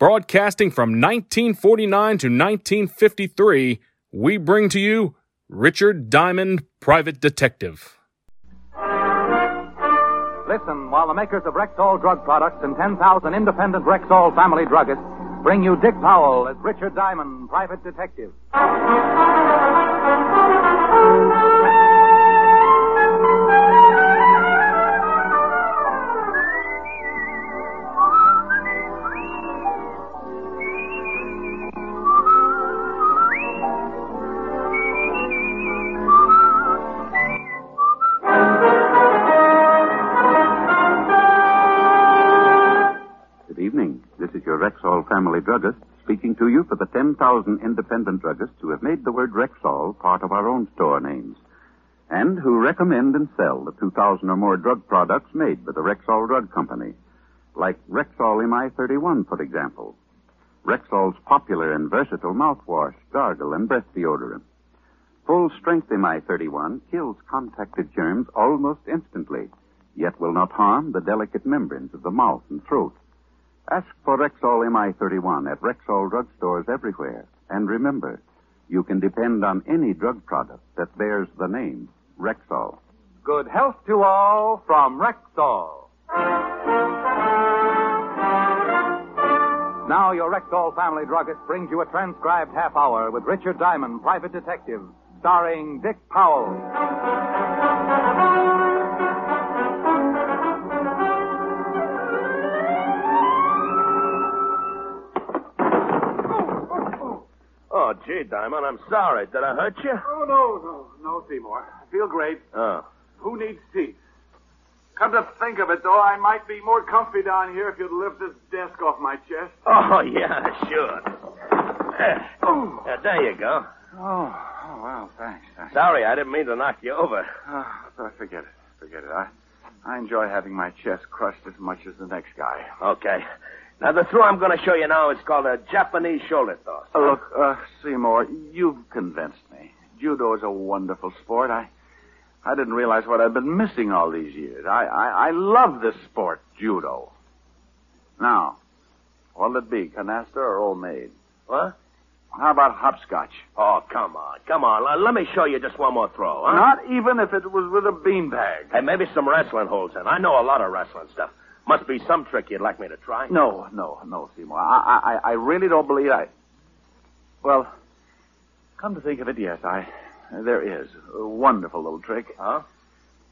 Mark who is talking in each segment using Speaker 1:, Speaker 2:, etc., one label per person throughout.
Speaker 1: broadcasting from 1949 to 1953, we bring to you Richard Diamond, Private Detective.
Speaker 2: Listen while the makers of Rexall drug products and 10,000 independent Rexall family druggists bring you Dick Powell as Richard Diamond, private detective.
Speaker 3: Good evening. This is your Rexall family druggist speaking to you for the 10,000 independent druggists who have made the word Rexall part of our own store names and who recommend and sell the 2,000 or more drug products made by the Rexall Drug Company, like Rexall MI31, for example. Rexall's popular and versatile mouthwash, gargle, and breath deodorant. Full strength MI31 kills contacted germs almost instantly, yet will not harm the delicate membranes of the mouth and throat. Ask for Rexall MI31 at Rexall drugstores everywhere. And remember, you can depend on any drug product that bears the name Rexall.
Speaker 2: Good health to all from Rexall. Now, your Rexall family druggist brings you a transcribed half hour with Richard Diamond, private detective, starring Dick Powell.
Speaker 4: Oh, gee, Diamond, I'm sorry. Did I hurt you?
Speaker 5: Oh, no, no, no, Seymour. I feel great.
Speaker 4: Oh.
Speaker 5: Who needs seats? Come to think of it, though, I might be more comfy down here if you'd lift this desk off my chest.
Speaker 4: Oh, yeah, sure. There. Yeah, there you go.
Speaker 5: Oh, oh wow, thanks. thanks.
Speaker 4: Sorry, I didn't mean to knock you over.
Speaker 5: Ah, but forget it. Forget it. I, I enjoy having my chest crushed as much as the next guy.
Speaker 4: Okay. Now, the throw I'm going to show you now is called a Japanese shoulder toss.
Speaker 5: Uh, look, uh, Seymour, you've convinced me. Judo is a wonderful sport. I, I didn't realize what I've been missing all these years. I, I, I love this sport, judo. Now, what'll it be, canasta or old maid?
Speaker 4: What?
Speaker 5: How about hopscotch?
Speaker 4: Oh, come on, come on. L- let me show you just one more throw, huh?
Speaker 5: Not even if it was with a beanbag.
Speaker 4: Hey, maybe some wrestling holds in. I know a lot of wrestling stuff. Must be some trick you'd like me to try.
Speaker 5: No, no, no, Seymour. I, I, I really don't believe I. Well, come to think of it, yes, I. There is a wonderful little trick.
Speaker 4: Huh?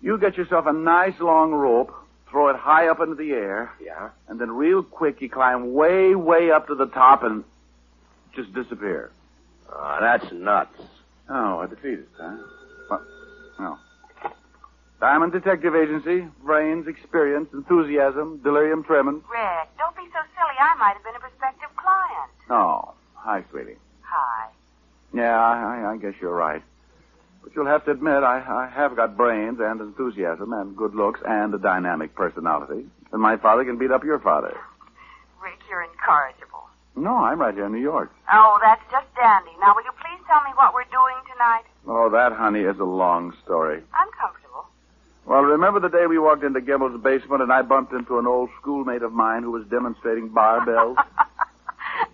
Speaker 5: You get yourself a nice long rope, throw it high up into the air,
Speaker 4: Yeah.
Speaker 5: and then real quick you climb way, way up to the top and just disappear.
Speaker 4: Oh, that's nuts.
Speaker 5: Oh, I defeated, huh? What? No. Diamond Detective Agency, brains, experience, enthusiasm, delirium tremens.
Speaker 6: Rick, don't be so silly. I might have been a prospective client.
Speaker 5: Oh, hi, sweetie.
Speaker 6: Hi.
Speaker 5: Yeah, I, I- I guess you're right. But you'll have to admit, I, I have got brains and enthusiasm and good looks and a dynamic personality. And my father can beat up your father.
Speaker 6: Rick, you're incorrigible.
Speaker 5: No, I'm right here in New York.
Speaker 6: Oh, that's just dandy. Now, will you please tell me what we're doing tonight?
Speaker 5: Oh, that, honey, is a long story.
Speaker 6: I'm comfortable.
Speaker 5: Well, remember the day we walked into Gimbel's basement and I bumped into an old schoolmate of mine who was demonstrating barbells?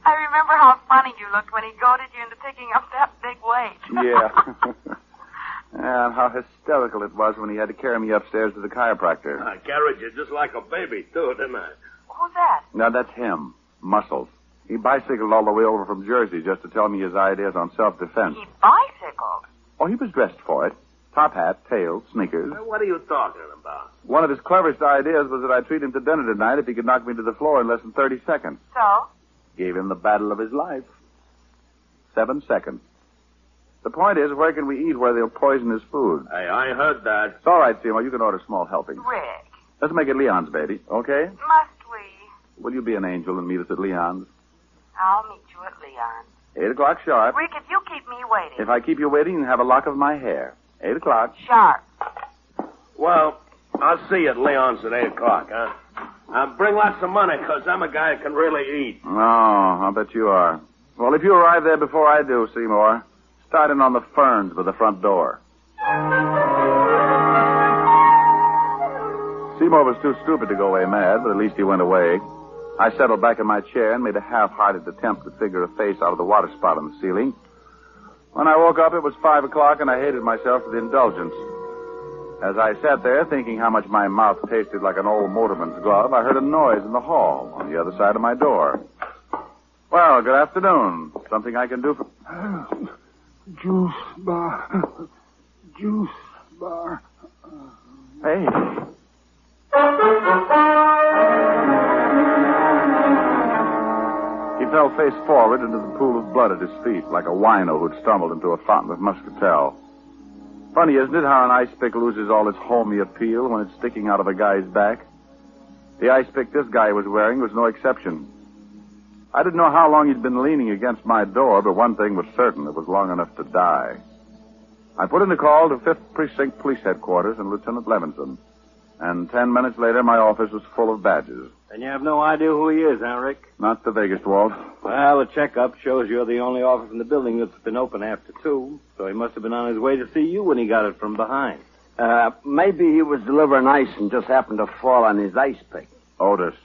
Speaker 6: I remember how funny you looked when he goaded you into picking up that big weight.
Speaker 5: yeah. and how hysterical it was when he had to carry me upstairs to the chiropractor.
Speaker 4: I carried you just like a baby, too, didn't I?
Speaker 6: Who's that?
Speaker 5: Now that's him, Muscles. He bicycled all the way over from Jersey just to tell me his ideas on self-defense.
Speaker 6: He bicycled.
Speaker 5: Oh, he was dressed for it. Top hat, tail, sneakers.
Speaker 4: What are you talking about?
Speaker 5: One of his cleverest ideas was that I'd treat him to dinner tonight if he could knock me to the floor in less than 30 seconds.
Speaker 6: So?
Speaker 5: Gave him the battle of his life. Seven seconds. The point is, where can we eat where they'll poison his food?
Speaker 4: Hey, I heard that.
Speaker 5: It's all right, Seymour. You can order small helpings.
Speaker 6: Rick,
Speaker 5: Let's make it Leon's, baby. Okay?
Speaker 6: must we?
Speaker 5: Will you be an angel and meet us at Leon's?
Speaker 6: I'll meet you at Leon.
Speaker 5: Eight o'clock sharp.
Speaker 6: Rick, if you keep me waiting.
Speaker 5: If I keep you waiting, you have a lock of my hair. Eight o'clock.
Speaker 6: Sharp.
Speaker 4: Well, I'll see you at Leon's at 8 o'clock, huh? Now, bring lots of money, because I'm a guy that can really eat.
Speaker 5: No, I'll bet you are. Well, if you arrive there before I do, Seymour, start in on the ferns by the front door. Seymour was too stupid to go away mad, but at least he went away. I settled back in my chair and made a half-hearted attempt to figure a face out of the water spout on the ceiling. When I woke up, it was five o'clock, and I hated myself for the indulgence. As I sat there thinking how much my mouth tasted like an old motorman's glove, I heard a noise in the hall on the other side of my door. Well, good afternoon. Something I can do for.
Speaker 7: Juice bar. Juice bar.
Speaker 5: Hey. He fell face forward into the pool of blood at his feet, like a wino who'd stumbled into a fountain of muscatel. Funny, isn't it, how an ice pick loses all its homey appeal when it's sticking out of a guy's back? The ice pick this guy was wearing was no exception. I didn't know how long he'd been leaning against my door, but one thing was certain it was long enough to die. I put in a call to 5th Precinct Police Headquarters and Lieutenant Levinson, and ten minutes later my office was full of badges.
Speaker 8: And you have no idea who he is, huh, Rick?
Speaker 5: Not the biggest, Walt.
Speaker 8: Well, a checkup shows you're the only office in the building that's been open after two, so he must have been on his way to see you when he got it from behind.
Speaker 9: Uh, maybe he was delivering ice and just happened to fall on his ice pick.
Speaker 5: Otis.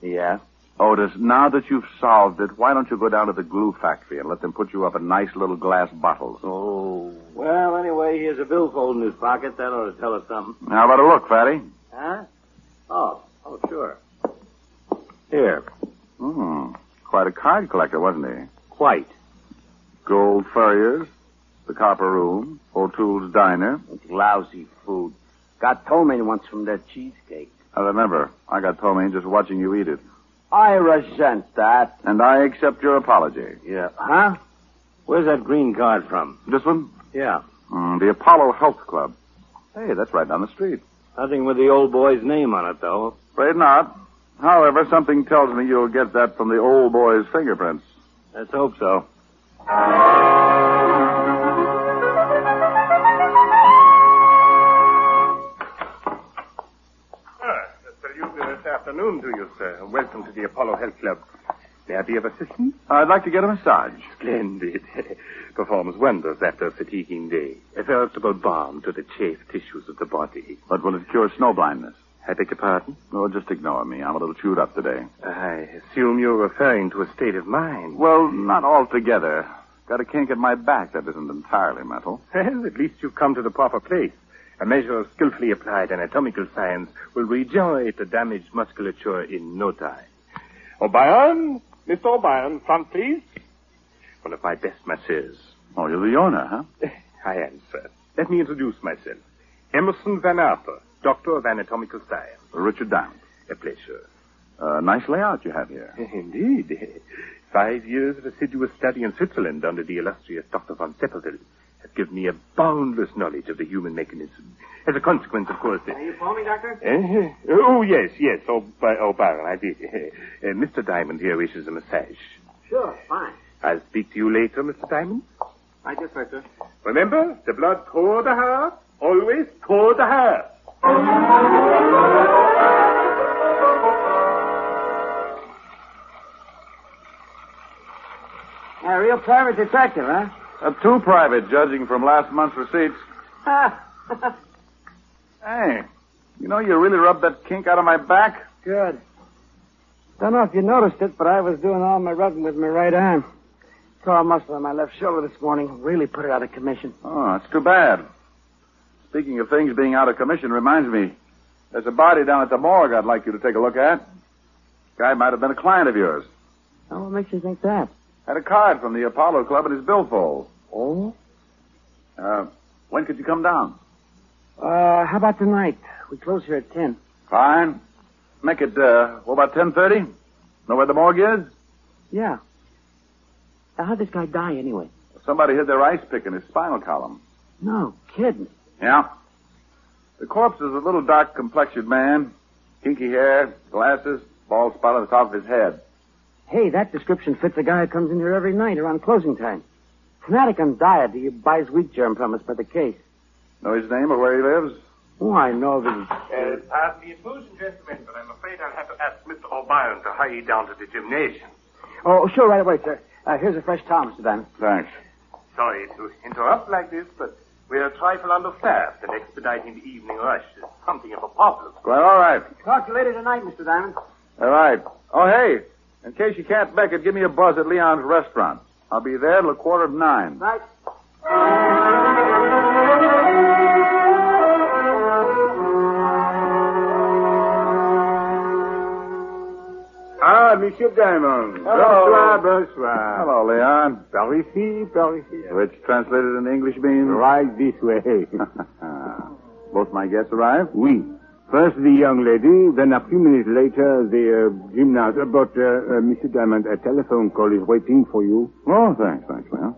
Speaker 9: Yeah?
Speaker 5: Otis, now that you've solved it, why don't you go down to the glue factory and let them put you up in nice little glass bottles?
Speaker 8: Oh. Well, anyway, he has a billfold in his pocket. That ought to tell us something.
Speaker 5: How about a look, Fatty?
Speaker 8: Huh? Oh, oh, sure. Here.
Speaker 5: Hmm. Quite a card collector, wasn't he?
Speaker 8: Quite.
Speaker 5: Gold Furriers, the Copper Room, O'Toole's Diner.
Speaker 9: It's lousy food. Got tomaine once from that cheesecake.
Speaker 5: I remember. I got tomaine just watching you eat it.
Speaker 9: I resent that.
Speaker 5: And I accept your apology.
Speaker 8: Yeah.
Speaker 9: Huh?
Speaker 8: Where's that green card from?
Speaker 5: This one?
Speaker 8: Yeah.
Speaker 5: Mm, the Apollo Health Club. Hey, that's right down the street.
Speaker 8: Nothing with the old boy's name on it, though.
Speaker 5: Afraid not. However, something tells me you'll get that from the old boy's fingerprints.
Speaker 8: Let's hope so.
Speaker 10: Ah, Mr. Luger, this afternoon to you, sir. uh, Welcome to the Apollo Health Club. May I be of assistance?
Speaker 5: I'd like to get a massage.
Speaker 10: Splendid. Performs wonders after a fatiguing day. A veritable balm to the chafed tissues of the body.
Speaker 5: But will it cure snow blindness?
Speaker 10: I beg your pardon?
Speaker 5: Oh, just ignore me. I'm a little chewed up today.
Speaker 10: I assume you're referring to a state of mind.
Speaker 5: Well, not altogether. Got a kink in my back that isn't entirely mental.
Speaker 10: Well, at least you've come to the proper place. A measure of skillfully applied anatomical science will regenerate the damaged musculature in no time. O'Brien, Mr. O'Brien, front please. One of my best masseurs.
Speaker 5: Oh, you're the owner, huh?
Speaker 10: I am, sir. Let me introduce myself. Emerson Van Arthur, Doctor of Anatomical Science.
Speaker 5: Richard Diamond.
Speaker 10: A pleasure.
Speaker 5: Uh, nice layout you have here.
Speaker 10: Indeed. Five years of assiduous study in Switzerland under the illustrious Dr. von Seppeltel have given me a boundless knowledge of the human mechanism. As a consequence, of course...
Speaker 8: you calling, Doctor?
Speaker 10: Eh? oh, yes, yes. Oh, by, oh Byron, I did. Uh, Mr. Diamond here wishes a massage.
Speaker 8: Sure, fine.
Speaker 10: I'll speak to you later, Mr. Diamond.
Speaker 8: I guess I sir.
Speaker 10: Remember, the blood toward the heart, always toward the heart.
Speaker 9: A real private detective, huh?
Speaker 5: Uh, too private, judging from last month's receipts.
Speaker 9: Ah,
Speaker 5: hey, you know, you really rubbed that kink out of my back.
Speaker 9: Good. Don't know if you noticed it, but I was doing all my rubbing with my right arm. Tore a muscle on my left shoulder this morning. Really put it out of commission.
Speaker 5: Oh, it's too bad. Speaking of things being out of commission reminds me, there's a body down at the morgue I'd like you to take a look at. Guy might have been a client of yours.
Speaker 9: Oh, what makes you think that?
Speaker 5: Had a card from the Apollo Club in his billfold.
Speaker 9: Oh?
Speaker 5: Uh, when could you come down?
Speaker 9: Uh, how about tonight? We close here at 10.
Speaker 5: Fine. Make it, uh, what about 10.30? Know where the morgue is?
Speaker 9: Yeah. Now, how'd this guy die anyway?
Speaker 5: Somebody hid their ice pick in his spinal column.
Speaker 9: No kidding.
Speaker 5: Yeah. The corpse is a little dark complexioned man. Kinky hair, glasses, Bald spot on the top of his head.
Speaker 9: Hey, that description fits a guy who comes in here every night around closing time. Fanatic on diet. He buys wheat germ from us by the case.
Speaker 5: Know his name or where he lives?
Speaker 9: Oh, I know that
Speaker 10: Uh, pardon the intrusion, gentlemen, but I'm afraid I'll have to ask Mr. O'Brien to hurry down to the gymnasium.
Speaker 9: Oh, sure, right away, sir. Uh, here's a fresh towel, Mr. Diamond.
Speaker 5: Thanks.
Speaker 10: Sorry to interrupt like this, but we're a trifle understaffed, and expediting the evening rush is something of a problem.
Speaker 5: Well, all right.
Speaker 9: Talk to you later tonight, Mr. Diamond.
Speaker 5: All right. Oh, hey, in case you can't make it, give me a buzz at Leon's restaurant. I'll be there till a quarter of nine.
Speaker 9: Right.
Speaker 11: Ah, Monsieur Diamond.
Speaker 5: Hello.
Speaker 11: Bonsoir, bonsoir.
Speaker 5: Hello, Leon.
Speaker 11: Par ici, par ici.
Speaker 5: Which translated in English means?
Speaker 11: Right this way.
Speaker 5: Both my guests arrive?
Speaker 11: Oui. First the young lady, then a few minutes later the uh, gymnast. Uh, But, uh, uh, Monsieur Diamond, a telephone call is waiting for you.
Speaker 5: Oh, thanks, thanks, Leon.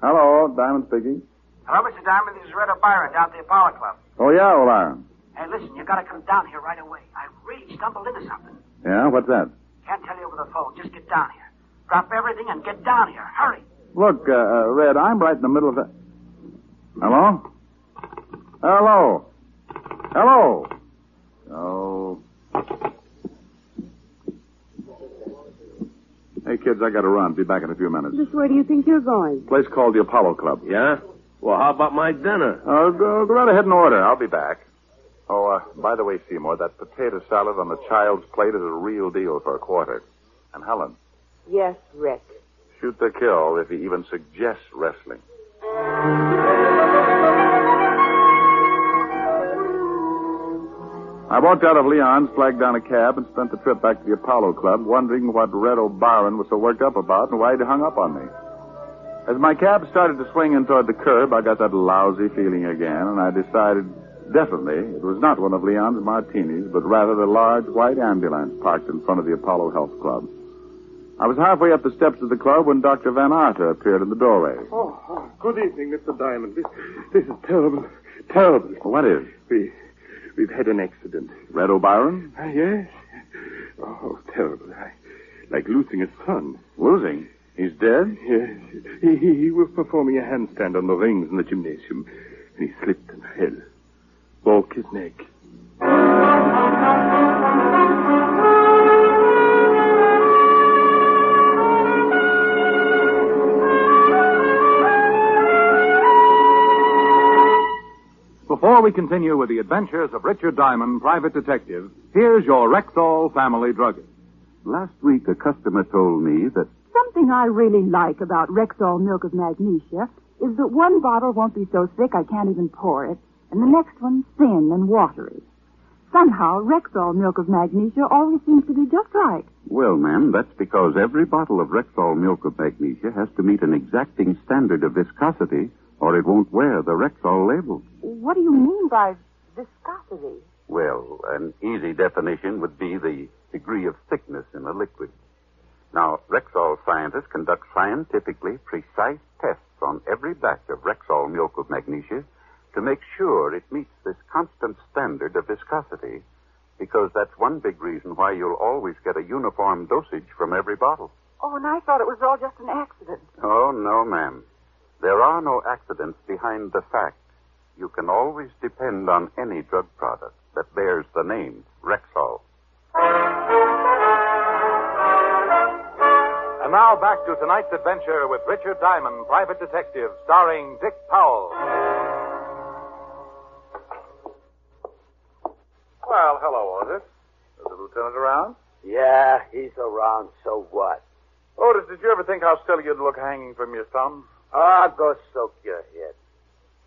Speaker 5: Hello, Diamond speaking.
Speaker 9: Hello, Mr. Diamond. This is Red Byron down at the Apollo Club.
Speaker 5: Oh, yeah, Ola.
Speaker 9: Hey, listen, you gotta come down here right away. I really stumbled into something.
Speaker 5: Yeah, what's that?
Speaker 9: Can't tell you over the phone. Just get down here. Drop everything and get down here. Hurry.
Speaker 5: Look, uh, uh, Red, I'm right in the middle of the. Hello? Hello? Hello? Oh. Hey, kids, I gotta run. Be back in a few minutes.
Speaker 12: Just where do you think you're going?
Speaker 5: Place called the Apollo Club.
Speaker 4: Yeah? Well, how about my dinner?
Speaker 5: Uh, go, go right ahead and order. I'll be back. Oh, uh, by the way, Seymour, that potato salad on the child's plate is a real deal for a quarter. And Helen,
Speaker 12: Yes, Rick.
Speaker 5: shoot the kill if he even suggests wrestling. I walked out of Leon's, flagged down a cab, and spent the trip back to the Apollo Club, wondering what Red O'Byron was so worked up about and why he'd hung up on me. As my cab started to swing in toward the curb, I got that lousy feeling again, and I decided definitely it was not one of Leon's martinis, but rather the large white ambulance parked in front of the Apollo Health Club. I was halfway up the steps of the club when Dr. Van Arter appeared in the doorway.
Speaker 11: Oh, oh, good evening, Mr. Diamond. This, this is terrible, terrible.
Speaker 5: What is?
Speaker 11: We, we've had an accident.
Speaker 5: Red O'Byron?
Speaker 11: Ah, yes. Oh, terrible.
Speaker 13: eh?
Speaker 11: I, like losing a son.
Speaker 5: Losing? He's dead?
Speaker 11: Yes. He, he, he was performing a handstand on the rings in the gymnasium, and he slipped and fell. Broke his neck.
Speaker 2: Before we continue with the adventures of Richard Diamond, private detective, here's your Rexall family druggist.
Speaker 3: Last week, a customer told me that
Speaker 12: Something I really like about Rexall milk of magnesia is that one bottle won't be so thick I can't even pour it, and the next one's thin and watery. Somehow, Rexall milk of magnesia always seems to be just right.
Speaker 3: Well, ma'am, that's because every bottle of Rexall milk of magnesia has to meet an exacting standard of viscosity, or it won't wear the Rexall label.
Speaker 14: What do you mean by viscosity?
Speaker 3: Well, an easy definition would be the degree of thickness in a liquid. Now, Rexall scientists conduct scientifically precise tests on every batch of Rexall milk of magnesia to make sure it meets this constant standard of viscosity, because that's one big reason why you'll always get a uniform dosage from every bottle.
Speaker 14: Oh, and I thought it was all just an accident.
Speaker 3: Oh, no, ma'am. There are no accidents behind the fact. You can always depend on any drug product that bears the name Rexall.
Speaker 2: And now back to tonight's adventure with Richard Diamond, private detective, starring Dick Powell.
Speaker 5: Well, hello, Otis. Is the lieutenant around?
Speaker 13: Yeah, he's around, so what?
Speaker 5: Otis, did you ever think how silly you'd look hanging from your thumb?
Speaker 13: Ah, go soak your head.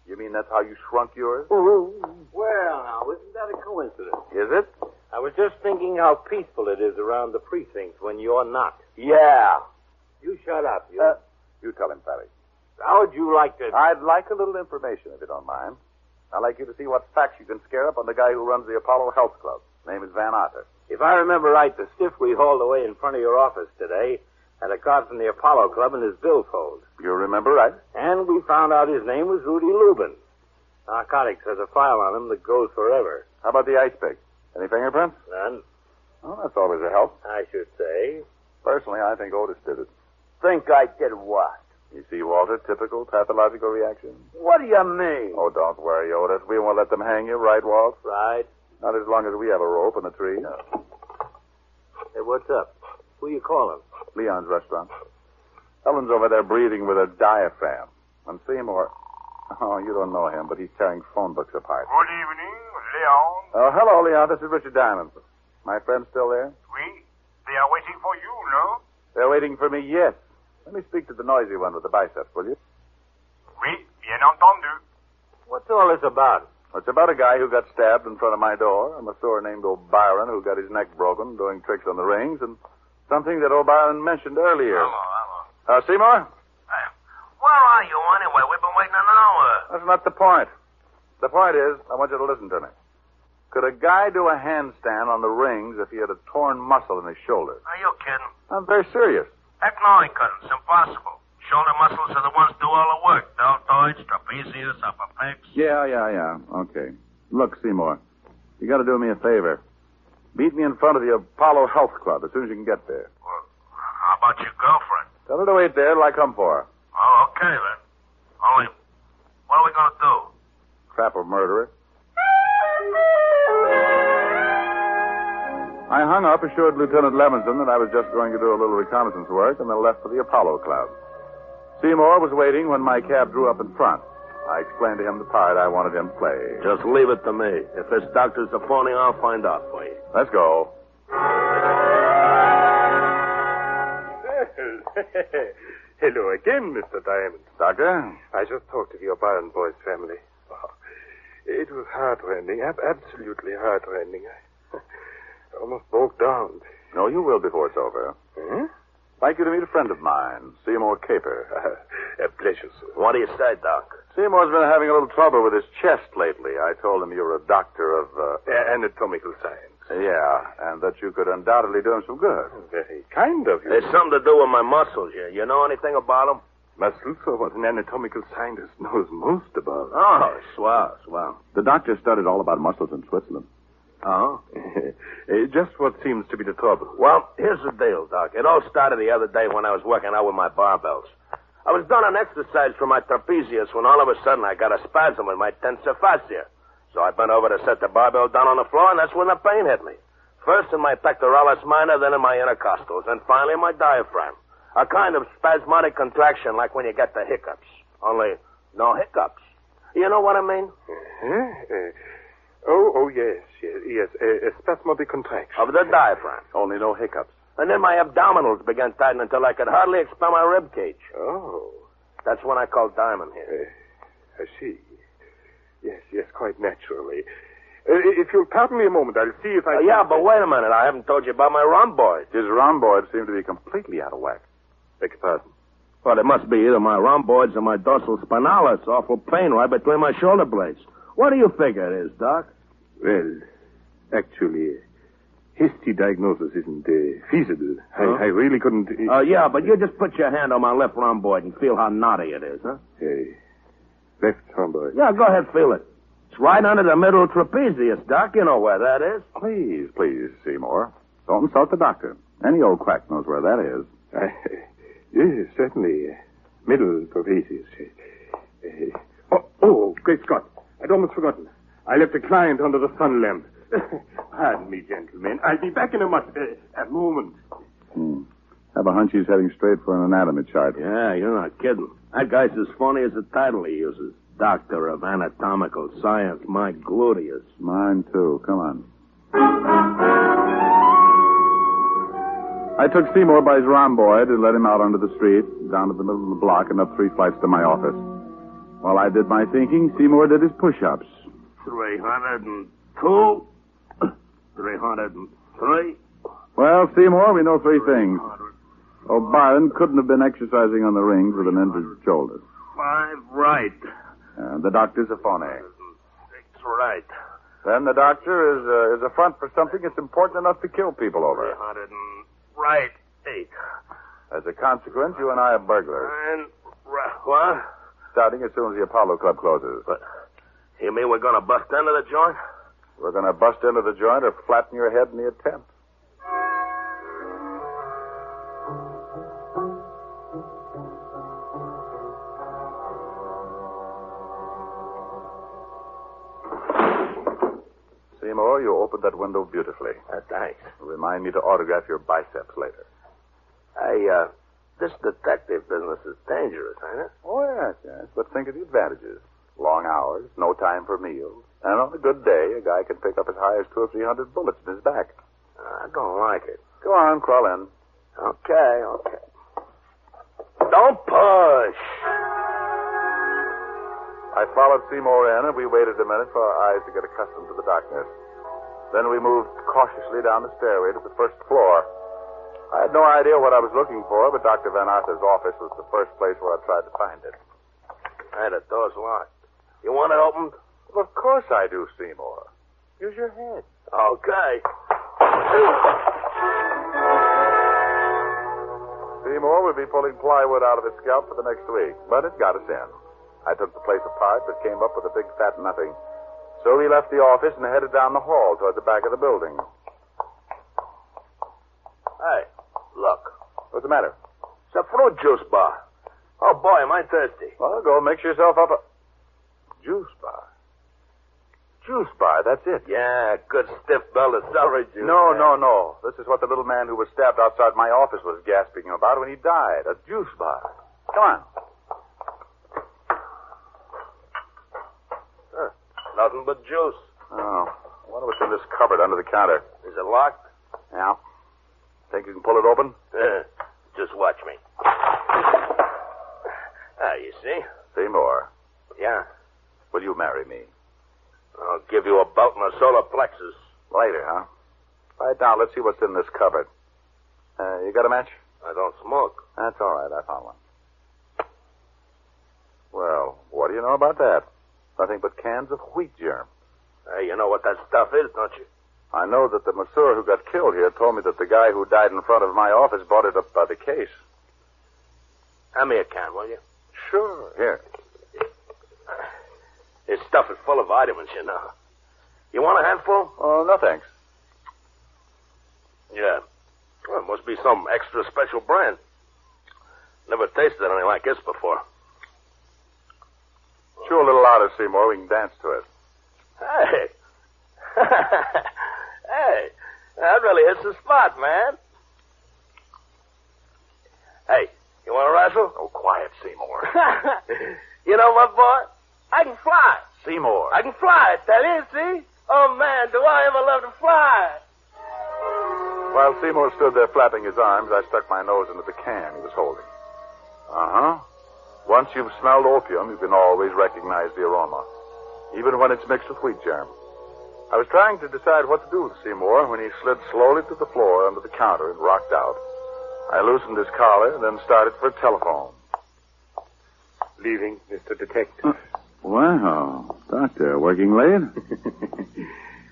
Speaker 5: You mean that's how you shrunk yours?
Speaker 13: Oh, Well, now, isn't that a coincidence?
Speaker 5: Is it?
Speaker 8: I was just thinking how peaceful it is around the precinct when you're not.
Speaker 13: Yeah. You shut up, you.
Speaker 5: You tell him, Fatty.
Speaker 13: How would you like to...
Speaker 5: I'd like a little information, if you don't mind. I'd like you to see what facts you can scare up on the guy who runs the Apollo Health Club. Name is Van Otter.
Speaker 13: If I remember right, the stiff we hauled away in front of your office today had a card from the Apollo Club in his billfold.
Speaker 5: You remember right?
Speaker 13: And we found out his name was Rudy Lubin.
Speaker 15: Narcotics has a file on him that goes forever.
Speaker 5: How about the ice pick? Any fingerprints?
Speaker 15: None,
Speaker 5: Well, that's always a help.
Speaker 15: I should say.
Speaker 5: Personally, I think Otis did it.
Speaker 15: Think I did what?
Speaker 5: You see, Walter, typical pathological reaction.
Speaker 15: What do you mean?
Speaker 5: Oh, don't worry, Otis. We won't let them hang you, right, Walt?
Speaker 15: Right.
Speaker 5: Not as long as we have a rope and a tree.
Speaker 15: Hey, what's up? Who you calling?
Speaker 5: Leon's restaurant. Ellen's over there breathing with her diaphragm. And Seymour. Oh, you don't know him, but he's tearing phone books apart.
Speaker 16: Good evening, Leon.
Speaker 5: Oh, hello, Leon. This is Richard Diamond. My friend's still there?
Speaker 16: We, they are waiting for you, no?
Speaker 5: They're waiting for me, yes. Let me speak to the noisy one with the biceps, will you?
Speaker 16: Oui, bien entendu.
Speaker 5: What's all this about? It's about a guy who got stabbed in front of my door, a masseur named O'Byron who got his neck broken doing tricks on the rings, and something that O'Byron mentioned earlier.
Speaker 16: Hello, hello.
Speaker 5: Uh, Seymour,
Speaker 16: Where are you anyway? We've been waiting an hour.
Speaker 5: that's not the point. The point is, I want you to listen to me. Could a guy do a handstand on the rings if he had a torn muscle in his shoulder?
Speaker 16: Are you kidding?
Speaker 5: I'm very serious.
Speaker 16: Heck no, I couldn't. It's impossible. Shoulder muscles are the ones do all the work. Deltoids, trapezius, upper pecs.
Speaker 5: Yeah, yeah, yeah. Okay. Look, Seymour, you got to do me a favor. Meet me in front of the Apollo Health Club as soon as you can get there.
Speaker 16: How about your girlfriend?
Speaker 5: Tell her to wait there till I come for her.
Speaker 16: Oh, okay then. Only, what are we going to do?
Speaker 5: trapper murderer. I hung up, assured Lieutenant Levinson that I was just going to do a little reconnaissance work, and then left for the Apollo Club. Seymour was waiting when my cab drew up in front. I explained to him the part I wanted him to play.
Speaker 4: Just leave it to me. If this doctor's a phony, I'll find out for you.
Speaker 5: Let's go.
Speaker 10: Well, hello again, Mr. Diamond.
Speaker 5: Doctor?
Speaker 10: I just talked to the O'Brien boys' family. Oh, it was heartrending, ab- absolutely heartrending. I almost broke down.
Speaker 5: No, you will before it's over.
Speaker 10: Hmm?
Speaker 5: Like you to meet a friend of mine, Seymour Caper.
Speaker 10: A pleasure, sir.
Speaker 4: What do you say, Doc?
Speaker 5: Seymour's been having a little trouble with his chest lately. I told him you were a doctor of uh,
Speaker 10: A- anatomical science.
Speaker 5: yeah, and that you could undoubtedly do him some good.
Speaker 10: Very kind of you.
Speaker 4: There's something to do with my muscles here. You know anything about them?
Speaker 10: Muscles are what an anatomical scientist knows most about.
Speaker 4: Oh, swell, swell.
Speaker 5: The doctor studied all about muscles in Switzerland.
Speaker 4: Oh?
Speaker 10: Uh, just what seems to be the trouble.
Speaker 4: Well, here's the deal, Doc. It all started the other day when I was working out with my barbells. I was doing an exercise for my trapezius when all of a sudden I got a spasm in my tensor fascia. So I bent over to set the barbell down on the floor, and that's when the pain hit me. First in my pectoralis minor, then in my intercostals, and finally in my diaphragm. A kind of spasmodic contraction like when you get the hiccups. Only, no hiccups. You know what I mean?
Speaker 10: Huh? Uh, oh, oh, yes, yes, yes. A, a spasmodic contraction.
Speaker 4: Of the diaphragm.
Speaker 5: Only no hiccups.
Speaker 4: And then my abdominals began tightening until I could hardly expand my rib cage.
Speaker 10: Oh, uh,
Speaker 4: That's when I called Diamond here.
Speaker 10: I see. Yes, yes, quite naturally. Uh, if you'll pardon me a moment, I'll see if I.
Speaker 4: Uh,
Speaker 10: can-
Speaker 4: yeah, but wait a minute. I haven't told you about my rhomboid.
Speaker 5: His rhomboid seemed to be completely out of whack. Beg your pardon.
Speaker 4: Well, it must be either my rhomboids or my dorsal spinalis. Awful pain right between my shoulder blades. What do you figure it is, Doc?
Speaker 10: Well, actually, hasty diagnosis isn't uh, feasible.
Speaker 4: Huh?
Speaker 10: I, I really couldn't. Uh,
Speaker 4: Uh, yeah, but you just put your hand on my left rhomboid and feel how knotty it is, huh?
Speaker 10: Hey, left rhomboid.
Speaker 4: Yeah, go ahead, feel it. It's right under the middle trapezius, Doc. You know where that is.
Speaker 5: Please, please, Seymour. Don't insult the doctor. Any old quack knows where that is.
Speaker 10: I, yes, certainly. Middle trapezius. Uh, oh, oh, great Scott. I'd almost forgotten. I left a client under the sun lamp. Pardon me, gentlemen. I'll be back in a, mut- uh, a moment.
Speaker 5: Hmm. Have a hunch he's heading straight for an anatomy chart.
Speaker 4: Yeah, you're not kidding. That guy's as phony as the title he uses. Doctor of Anatomical Science, my gluteus.
Speaker 5: Mine, too. Come on. I took Seymour by his rhomboid and led him out onto the street, down to the middle of the block, and up three flights to my office. While I did my thinking, Seymour did his push-ups.
Speaker 4: 302, 303.
Speaker 5: Well, Seymour, we know three things. O'Byron couldn't have been exercising on the rings with an injured shoulder.
Speaker 4: Five right.
Speaker 5: Uh, the doctor's a phony.
Speaker 4: Six right.
Speaker 5: Then the doctor is a, is a front for something that's important enough to kill people over.
Speaker 4: 300 and right. Eight.
Speaker 5: As a consequence, you and I are burglars,
Speaker 4: Nine. Right. What?
Speaker 5: starting as soon as the Apollo Club closes.
Speaker 4: You mean we're gonna bust into the joint?
Speaker 5: We're going to bust into the joint or flatten your head in the attempt. Seymour, you opened that window beautifully.
Speaker 4: Uh, thanks.
Speaker 5: Remind me to autograph your biceps later.
Speaker 4: Hey, uh, this detective business is dangerous, ain't it?
Speaker 5: Oh, yes, yes. But think of the advantages. Long hours, no time for meals. And on a good day, a guy can pick up as high as two or three hundred bullets in his back.
Speaker 4: Uh, I don't like it.
Speaker 5: Go on, crawl in.
Speaker 4: Okay, okay. Don't push.
Speaker 5: I followed Seymour in, and we waited a minute for our eyes to get accustomed to the darkness. Then we moved cautiously down the stairway to the first floor. I had no idea what I was looking for, but Dr. Van Arthur's office was the first place where I tried to find it.
Speaker 4: Hey, the door's locked. You want it opened?
Speaker 5: Well, of course I do, Seymour. Use your head.
Speaker 4: Okay.
Speaker 5: Seymour would be pulling plywood out of his scalp for the next week, but it got us in. I took the place apart, but came up with a big fat nothing. So we left the office and headed down the hall toward the back of the building.
Speaker 4: Hey, look.
Speaker 5: What's the matter?
Speaker 4: It's a fruit juice bar. Oh, boy, am I thirsty.
Speaker 5: Well, go mix yourself up a. Juice bar. Juice bar, that's it.
Speaker 4: Yeah, good stiff belt of celery juice.
Speaker 5: No,
Speaker 4: man.
Speaker 5: no, no. This is what the little man who was stabbed outside my office was gasping about when he died. A juice bar. Come on.
Speaker 4: Huh. Nothing but juice.
Speaker 5: Oh, I wonder what's in this cupboard under the counter.
Speaker 4: Is it locked?
Speaker 5: Yeah. Think you can pull it open?
Speaker 4: Eh, Just watch me. Ah, you see?
Speaker 5: Seymour,
Speaker 4: Yeah.
Speaker 5: will you marry me?
Speaker 4: I'll give you a belt and a solar plexus.
Speaker 5: Later, huh? Right now, let's see what's in this cupboard. Uh, you got a match?
Speaker 4: I don't smoke.
Speaker 5: That's all right. I found one. Well, what do you know about that? Nothing but cans of wheat germ.
Speaker 4: Hey, you know what that stuff is, don't you?
Speaker 5: I know that the masseur who got killed here told me that the guy who died in front of my office bought it up by the case.
Speaker 4: Hand me a can, will you?
Speaker 5: Sure. Here.
Speaker 4: This stuff is full of vitamins, you know. You want a handful?
Speaker 5: Oh, no thanks.
Speaker 4: Yeah. Well, it must be some extra special brand. Never tasted anything like this before.
Speaker 5: Chew a little louder, Seymour. We can dance to it.
Speaker 4: Hey. hey. That really hits the spot, man. Hey, you want to wrestle?
Speaker 5: Oh, quiet, Seymour.
Speaker 4: you know what, boy? I can fly.
Speaker 5: Seymour.
Speaker 4: I can fly, I tell you, see? Oh, man, do I ever love to fly.
Speaker 5: While Seymour stood there flapping his arms, I stuck my nose into the can he was holding. Uh huh. Once you've smelled opium, you can always recognize the aroma, even when it's mixed with wheat germ. I was trying to decide what to do with Seymour when he slid slowly to the floor under the counter and rocked out. I loosened his collar, then started for a telephone.
Speaker 17: Leaving, Mr. Detective.
Speaker 10: Uh,
Speaker 18: Wow. Doctor, working late?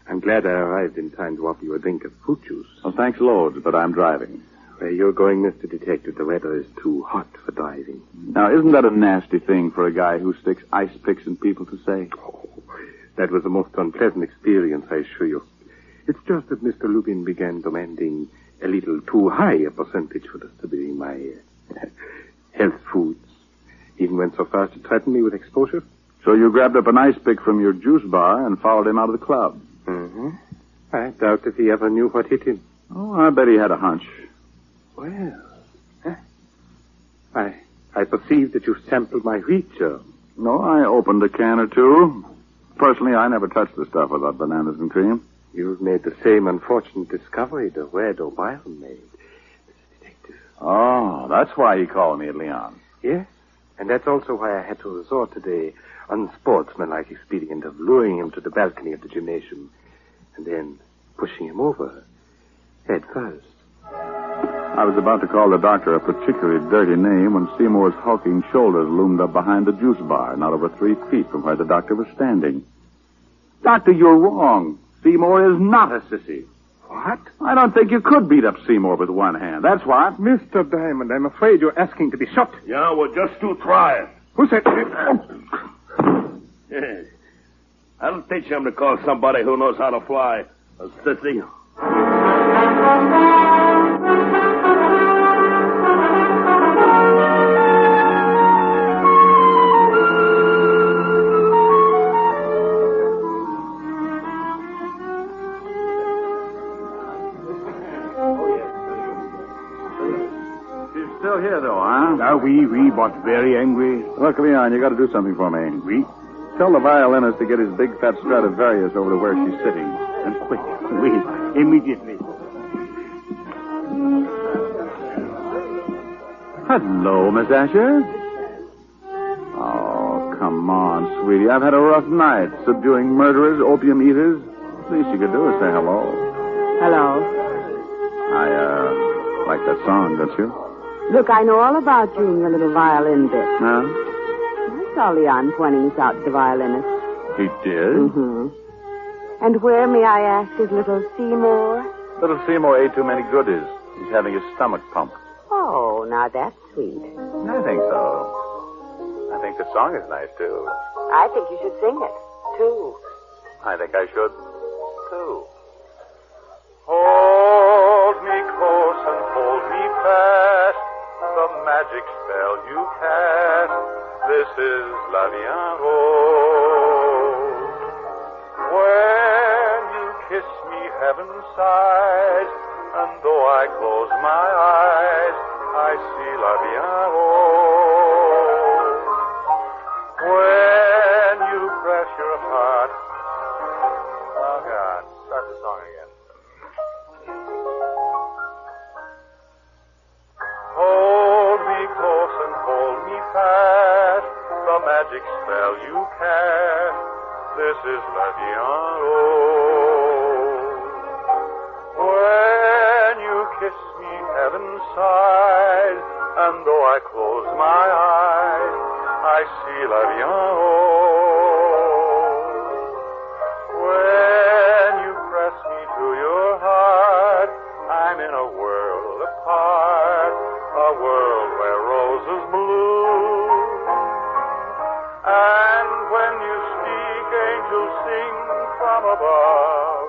Speaker 10: I'm glad I arrived in time to offer you a drink of fruit juice.
Speaker 18: Well, thanks loads, but I'm driving.
Speaker 10: Where you're going, Mr. Detective, the weather is too hot for driving.
Speaker 18: Now, isn't that a nasty thing for a guy who sticks ice picks in people to say?
Speaker 10: Oh, That was a most unpleasant experience, I assure you. It's just that Mr. Lubin began demanding a little too high a percentage for distributing my uh, health foods. Even went so far as to threaten me with exposure.
Speaker 18: So you grabbed up an ice pick from your juice bar and followed him out of the club.
Speaker 10: Mm-hmm. I doubt if he ever knew what hit him.
Speaker 18: Oh, I bet he had a hunch.
Speaker 10: Well, huh? I I perceive that you've sampled my wheat germ.
Speaker 18: No, I opened a can or two. Personally, I never touched the stuff without bananas and cream.
Speaker 10: You've made the same unfortunate discovery the Red O'Brien made.
Speaker 18: Oh, that's why he called me at Leon.
Speaker 10: Yes, and that's also why I had to resort to the unsportsmanlike expedient of luring him to the balcony of the gymnasium and then pushing him over head first.
Speaker 18: I was about to call the doctor a particularly dirty name when Seymour's hulking shoulders loomed up behind the juice bar, not over three feet from where the doctor was standing. Doctor, you're wrong. Seymour is not a sissy.
Speaker 10: What?
Speaker 18: I don't think you could beat up Seymour with one hand. That's why.
Speaker 10: Mr. Diamond, I'm afraid you're asking to be shot.
Speaker 19: Yeah, well, just to try it.
Speaker 10: Who said?
Speaker 19: Yeah.
Speaker 20: I'll teach him to call somebody who knows how to fly a sissy.
Speaker 3: She's still here, though, huh?
Speaker 5: Ah,
Speaker 21: Now, we, we, but very angry.
Speaker 5: Look, Leon, you got to do something for me. We? Tell the violinist to get his big fat Stradivarius over to where she's sitting.
Speaker 21: And quick, please, immediately.
Speaker 5: Hello, Miss Asher. Oh, come on, sweetie. I've had a rough night subduing murderers, opium eaters. Least you could do is say hello.
Speaker 6: Hello.
Speaker 5: I, uh, like that song, don't you?
Speaker 6: Look, I know all about you and your little violin bit.
Speaker 5: No?
Speaker 6: I saw Leon pointing this out to the violinist.
Speaker 5: He did?
Speaker 6: Mm-hmm. And where, may I ask, is little Seymour?
Speaker 3: Little Seymour ate too many goodies. He's having his stomach pumped.
Speaker 6: Oh, now that's sweet.
Speaker 3: I think so. I think the song is nice, too.
Speaker 22: I think you should sing it, too.
Speaker 3: I think I should, too.
Speaker 23: Hold me close and hold me fast. The magic spell you cast. This is La Vianrose. When you kiss me, heaven sighs. And though I close my eyes, I see La Vianrose. When you press your heart. Oh, God. Start the song again. Hold me close and hold me fast. The magic spell you cast. This is La Dianrose. When you kiss me, heaven sighs. And though I close my eyes, I see La Dianrose. When you press me to your heart, I'm in a world apart, a world where roses bloom. And when you speak, angels sing from above.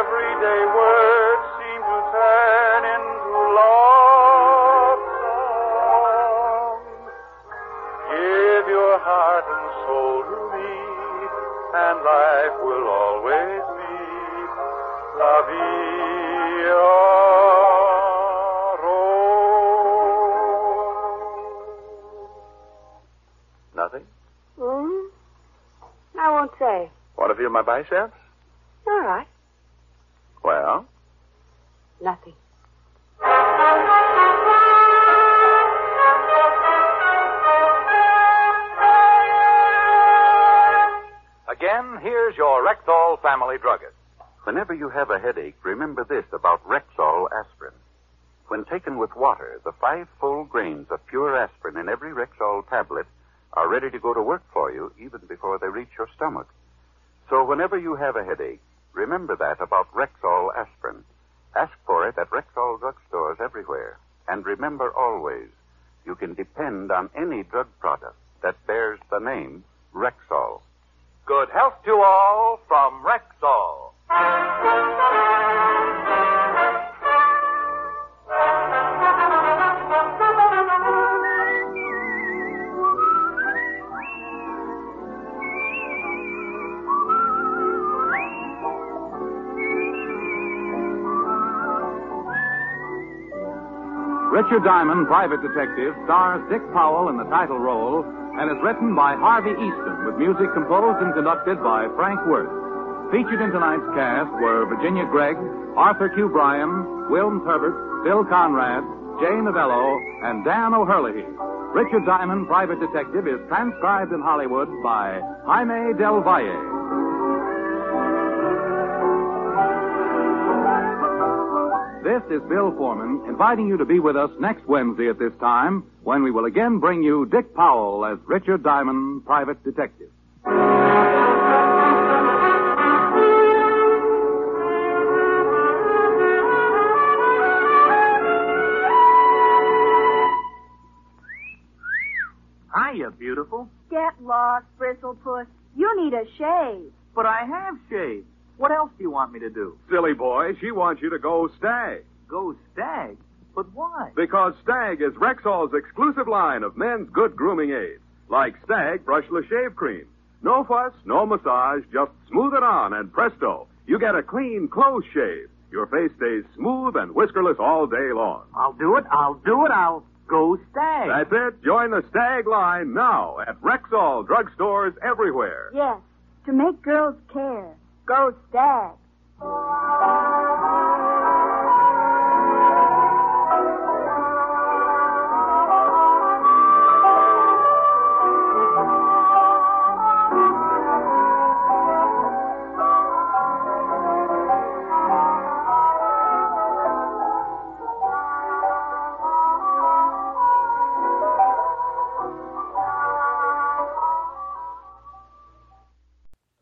Speaker 23: Everyday words seem to turn into love songs. Give your heart and soul to me, and life will always be la vie.
Speaker 3: Nothing?
Speaker 22: Hmm? I won't say.
Speaker 3: Want to feel my biceps?
Speaker 22: All right.
Speaker 3: Well,
Speaker 22: Nothing.
Speaker 2: Again, here's your Rexall family druggist.
Speaker 3: Whenever you have a headache, remember this about Rexall aspirin. When taken with water, the five full grains of pure aspirin in every Rexall tablet are ready to go to work for you even before they reach your stomach. So whenever you have a headache, remember that about Rexall aspirin. Ask for it at Rexall drugstores everywhere. And remember always, you can depend on any drug product that bears the name Rexall.
Speaker 2: Good health to all from Rexall. Richard Diamond, Private Detective, stars Dick Powell in the title role and is written by Harvey Easton with music composed and conducted by Frank Worth. Featured in tonight's cast were Virginia Gregg, Arthur Q. Bryan, Wilms Herbert, Bill Conrad, Jay Novello, and Dan O'Herlihy. Richard Diamond, Private Detective is transcribed in Hollywood by Jaime Del Valle. This is Bill Foreman inviting you to be with us next Wednesday at this time when we will again bring you Dick Powell as Richard Diamond, private detective.
Speaker 16: Hiya, beautiful.
Speaker 12: Get lost, Bristlepuss.
Speaker 24: You need a shave.
Speaker 2: But I have shaved. What else do you want me to do?
Speaker 5: Silly boy, she wants you to go stag.
Speaker 2: Go stag? But why?
Speaker 5: Because Stag is Rexall's exclusive line of men's good grooming aids, like Stag Brushless Shave Cream. No fuss, no massage, just smooth it on, and presto, you get a clean, close shave. Your face stays smooth and whiskerless all day long.
Speaker 2: I'll do it. I'll do it. I'll go stag.
Speaker 5: That's it. Join the Stag line now at Rexall drugstores everywhere.
Speaker 24: Yes, to make girls care. Go stag.